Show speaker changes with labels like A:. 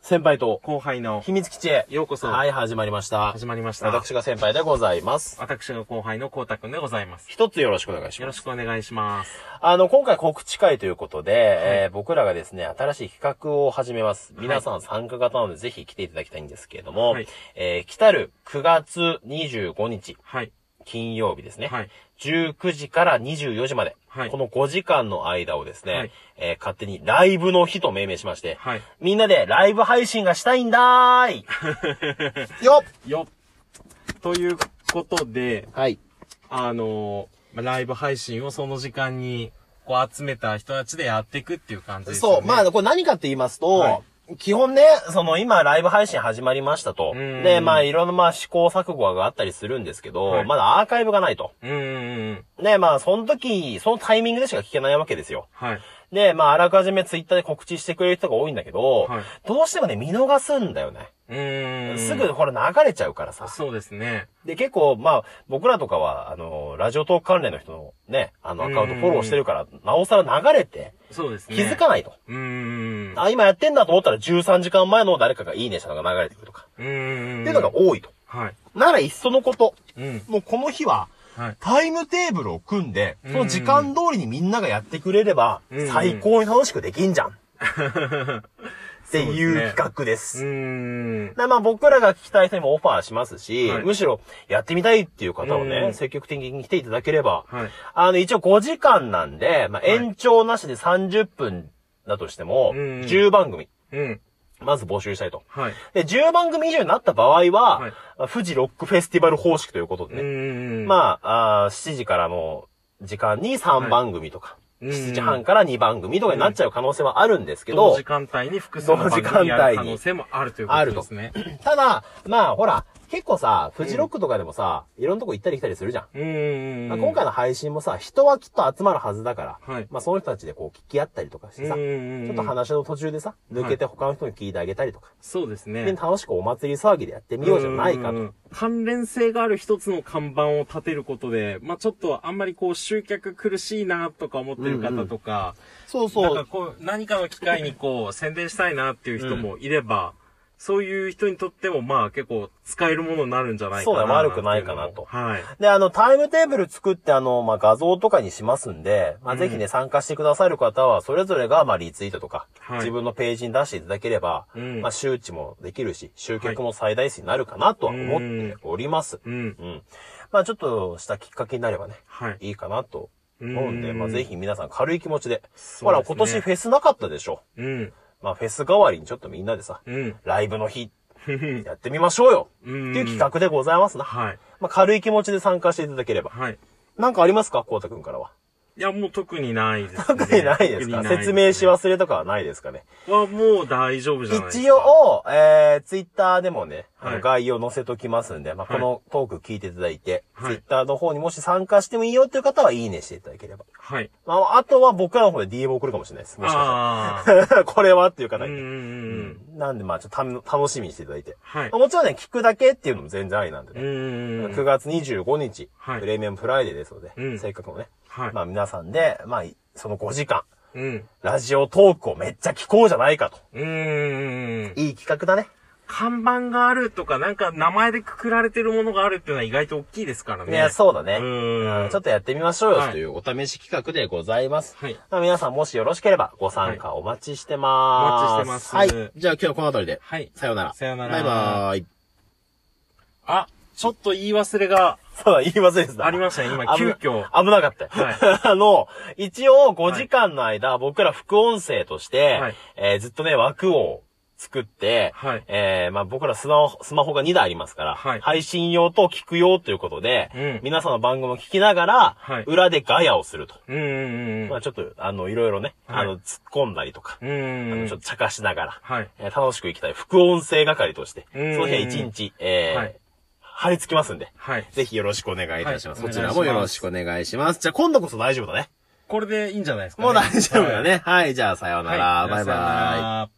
A: 先輩と
B: 後輩の
A: 秘密基地へ。
B: ようこそ
A: はい、始まりました。
B: 始まりました。
A: 私が先輩でございます。
B: 私が後輩のこうたくんでございます。
A: 一つよろしくお願いし
B: よ
A: ま
B: ろ
A: す。
B: しくお願いします。
A: あの、今回告知会ということで、えー僕らがですね、新しい企画を始めます。皆さん参加型なので、ぜひ来ていただきたいんですけれども、
B: はい
A: えー来たる9月25日、
B: はい。
A: 金曜日ですね。
B: はい。
A: 19時から24時まで、
B: はい
A: この5時間の間をですね、
B: はい
A: えー勝手にライブの日と命名しまして、
B: はい。
A: みんなでライブ配信がしたいんだー いよっ
B: よっということで、
A: はい。
B: あのーまあライブ配信をその時間に、こう集めた人たちでやっていくっていう感じですよね。
A: そう、まあ、これ何かって言いますと、
B: は
A: 基本ね、その今ライブ配信始まりましたと。
B: うん
A: で、まあいろんなまあ試行錯誤があったりするんですけど、
B: はい
A: まだアーカイブがないと。
B: うんうんうん。
A: で、まあその時、そのタイミングでしか聞けないわけですよ。
B: はい。
A: で、まああらかじめツイッターで告知してくれる人が多いんだけど、
B: はい
A: どうしてもね、見逃すんだよね。
B: うーん。
A: すぐ、。ほら、流れちゃうからさ。
B: そうですね。
A: で、結構、まあ、僕らとかは、あの、ラジオトーク関連の人のね、あの、アカウントフォローしてるから、なおさら流れて、
B: そうですね。
A: 気づかないと。
B: うーん。
A: あ、今やってんだと思ったら13時間前の誰かがいいねしたのが流れてくるとか。
B: うー
A: っ
B: ん。
A: ていうのが多いと。
B: はい。
A: ならいっそのこと、
B: うん。
A: もうこの日は、
B: はい。
A: タイムテーブルを組んで、
B: うん
A: その時間通りにみんながやってくれれば
B: う、ん
A: 最高に楽しくできんじゃ ん。っていう企画で
B: う
A: す。
B: ーん。
A: だからまあ僕らが聞きたい人にもオファーしますし、
B: はい
A: むしろやってみたいっていう方をね、
B: うん
A: 積極的に来ていただければ、
B: はい
A: あの一応5時間なんで、まあ
B: い
A: 延長なしで30分だとしても、
B: うんうん
A: 10番組、
B: うん。
A: まず募集したいと。
B: はい。
A: で、10番組以上になった場合は、
B: はい
A: まあ富士ロックフェスティバル方式ということ
B: う
A: でね、
B: ーん。あ、
A: まああー、7時からの時間に3番組とか、
B: うん
A: 7時半から2番組とかになっちゃう可能性はあるんですけど、
B: 同時間帯に複数の番組やる可能性もあるということですね。
A: ただ、まあほら、結構さ、フジロックとかでもさ、いろんなとこ行ったり来たりするじゃん。
B: うーん。
A: まあ今回の配信もさ、人はきっと集まるはずだから、
B: はい
A: まあその人たちでこう聞き合ったりとかしてさ、
B: うん
A: ち
B: うんうん
A: ょっと話の途中でさ、抜けて他の人に聞いてあげたりとか、
B: そうです
A: で
B: ね。
A: 楽しくお祭り騒ぎでやってみようじゃないか
B: うんうんう
A: と。
B: ん。関連性がある一つの看板を立てることで、まあちょっとあんまりこう集客苦しいなとか思ってる方とか、
A: そう
B: なん
A: そ
B: か
A: う。
B: こう、何かの機会にこう、宣伝したいなっていう人もいれば、そういう人にとってもまあ結構使えるものになるんじゃないかな
A: そうだ悪くないかなと
B: はい。
A: で、あの、タイムテーブル作って、あの、まあ、画像とかにしますんで、まあ、ぜひね、参加してくださる方は、それぞれが、まあ、リツイートとか、
B: はい
A: 自分のページに出していただければ、
B: うん
A: まあ、周知もできるし、集客も最大数になるかなとは思っております。
B: うん。
A: うん。まあ、ちょっとしたきっかけになればね、
B: はい。
A: いいかなと思うんで、
B: うん
A: まあ、ぜひ皆さん軽い気持ちで。
B: そう
A: ほら、
B: ですね
A: 今年フェスなかったでしょ。
B: うん。
A: まあ、フェス代わりにちょっとみんなでさ、
B: うん。
A: ライブの日、やってみましょうよって
B: うん
A: いう企画でございますな。
B: はい。
A: まあ、軽い気持ちで参加していただければ。
B: はい。
A: なんかありますかこうたくんからは。
B: いや、もう特にないです、ね。
A: 特に ないですか
B: 特に
A: 説明し
B: は
A: 忘れとかはないですかね
B: はもう大丈夫じゃないですか。
A: 一、応、えー、ツイッターでもね、あ
B: は
A: の
B: い
A: 概要載せときますんで、まあ、こ
B: はい
A: のトーク聞いていただいて、
B: はい
A: ツイッターの方にもし参加してもいいよっていう方は、いいねしていただければ。
B: はい。
A: まあ、あとは僕らの方で DM 送るかもしれないです。もしか
B: あ
A: したら。 これはっていう
B: あ。
A: 方
B: うん
A: にね。
B: うんうん。
A: なんで、まあ、ちょっとた楽しみにしていただいて。
B: は
A: ま
B: い
A: あ。もちろんね、聞くだけっていうのも全然ありなんで
B: う
A: ね。
B: んうんう
A: 9
B: ん。
A: 月25日、
B: はい
A: プレミアムフライデーですので、
B: うん
A: せっかくのね、
B: はい
A: まあ皆さんで、まあ、いその5時間、
B: うん。
A: ラジオトークをめっちゃ聞こうじゃないかと。
B: うんうんうん。
A: いい企画だね。
B: 看板があるとか、なんか名前でくくられてるものがあるっていうのは意外と大きいですから
A: い
B: ね。
A: や、そうだ
B: う
A: ね。
B: ん。
A: ちょっとやってみましょうよ
B: はい
A: というお試し企画でございます。
B: はい
A: まあ皆さんもしよろしければご参加お待ちしてます。
B: はいお待ちしてます
A: はい。じゃあ今日はこの辺りで。
B: はい
A: さようなら。
B: さようなら
A: バイバーイ。
B: あ、ちょっと言い忘れが
A: そうだ、言い忘れてた。
B: ありましたね、今、急遽。
A: 危なかったよ。
B: は
A: あの、一応5時間の間、僕ら副音声として、
B: はい
A: えーずっとね、枠を作って、
B: はい
A: えーまあ僕らスマホスマホが2台ありますから、
B: はい
A: 配信用と聞く用ということで、
B: うん
A: 皆さんの番組を聞きながら、
B: はい
A: 裏でガヤをすると。
B: うんうんうん
A: まあちょっと、あの、いろいろね、あ
B: は
A: の、突っ込んだりとか、
B: うん。うん
A: あ
B: うんう
A: の
B: ん。
A: ちょっと茶化しながら、
B: はい。
A: えー楽しくいきたい副音声係として、そ
B: うん
A: の日は1日、えー
B: はい
A: 張り付きますんで。
B: はい。
A: ぜひよろしくお願いいたします。
B: はい
A: そちらもよろしくお願いします。じゃあ今度こそ大丈夫だね。
B: これでいいんじゃないですかね。
A: もう大丈夫だね。はい、じゃあさようなら。
B: はい。
A: バイ
B: さよ
A: バイ
B: な。ら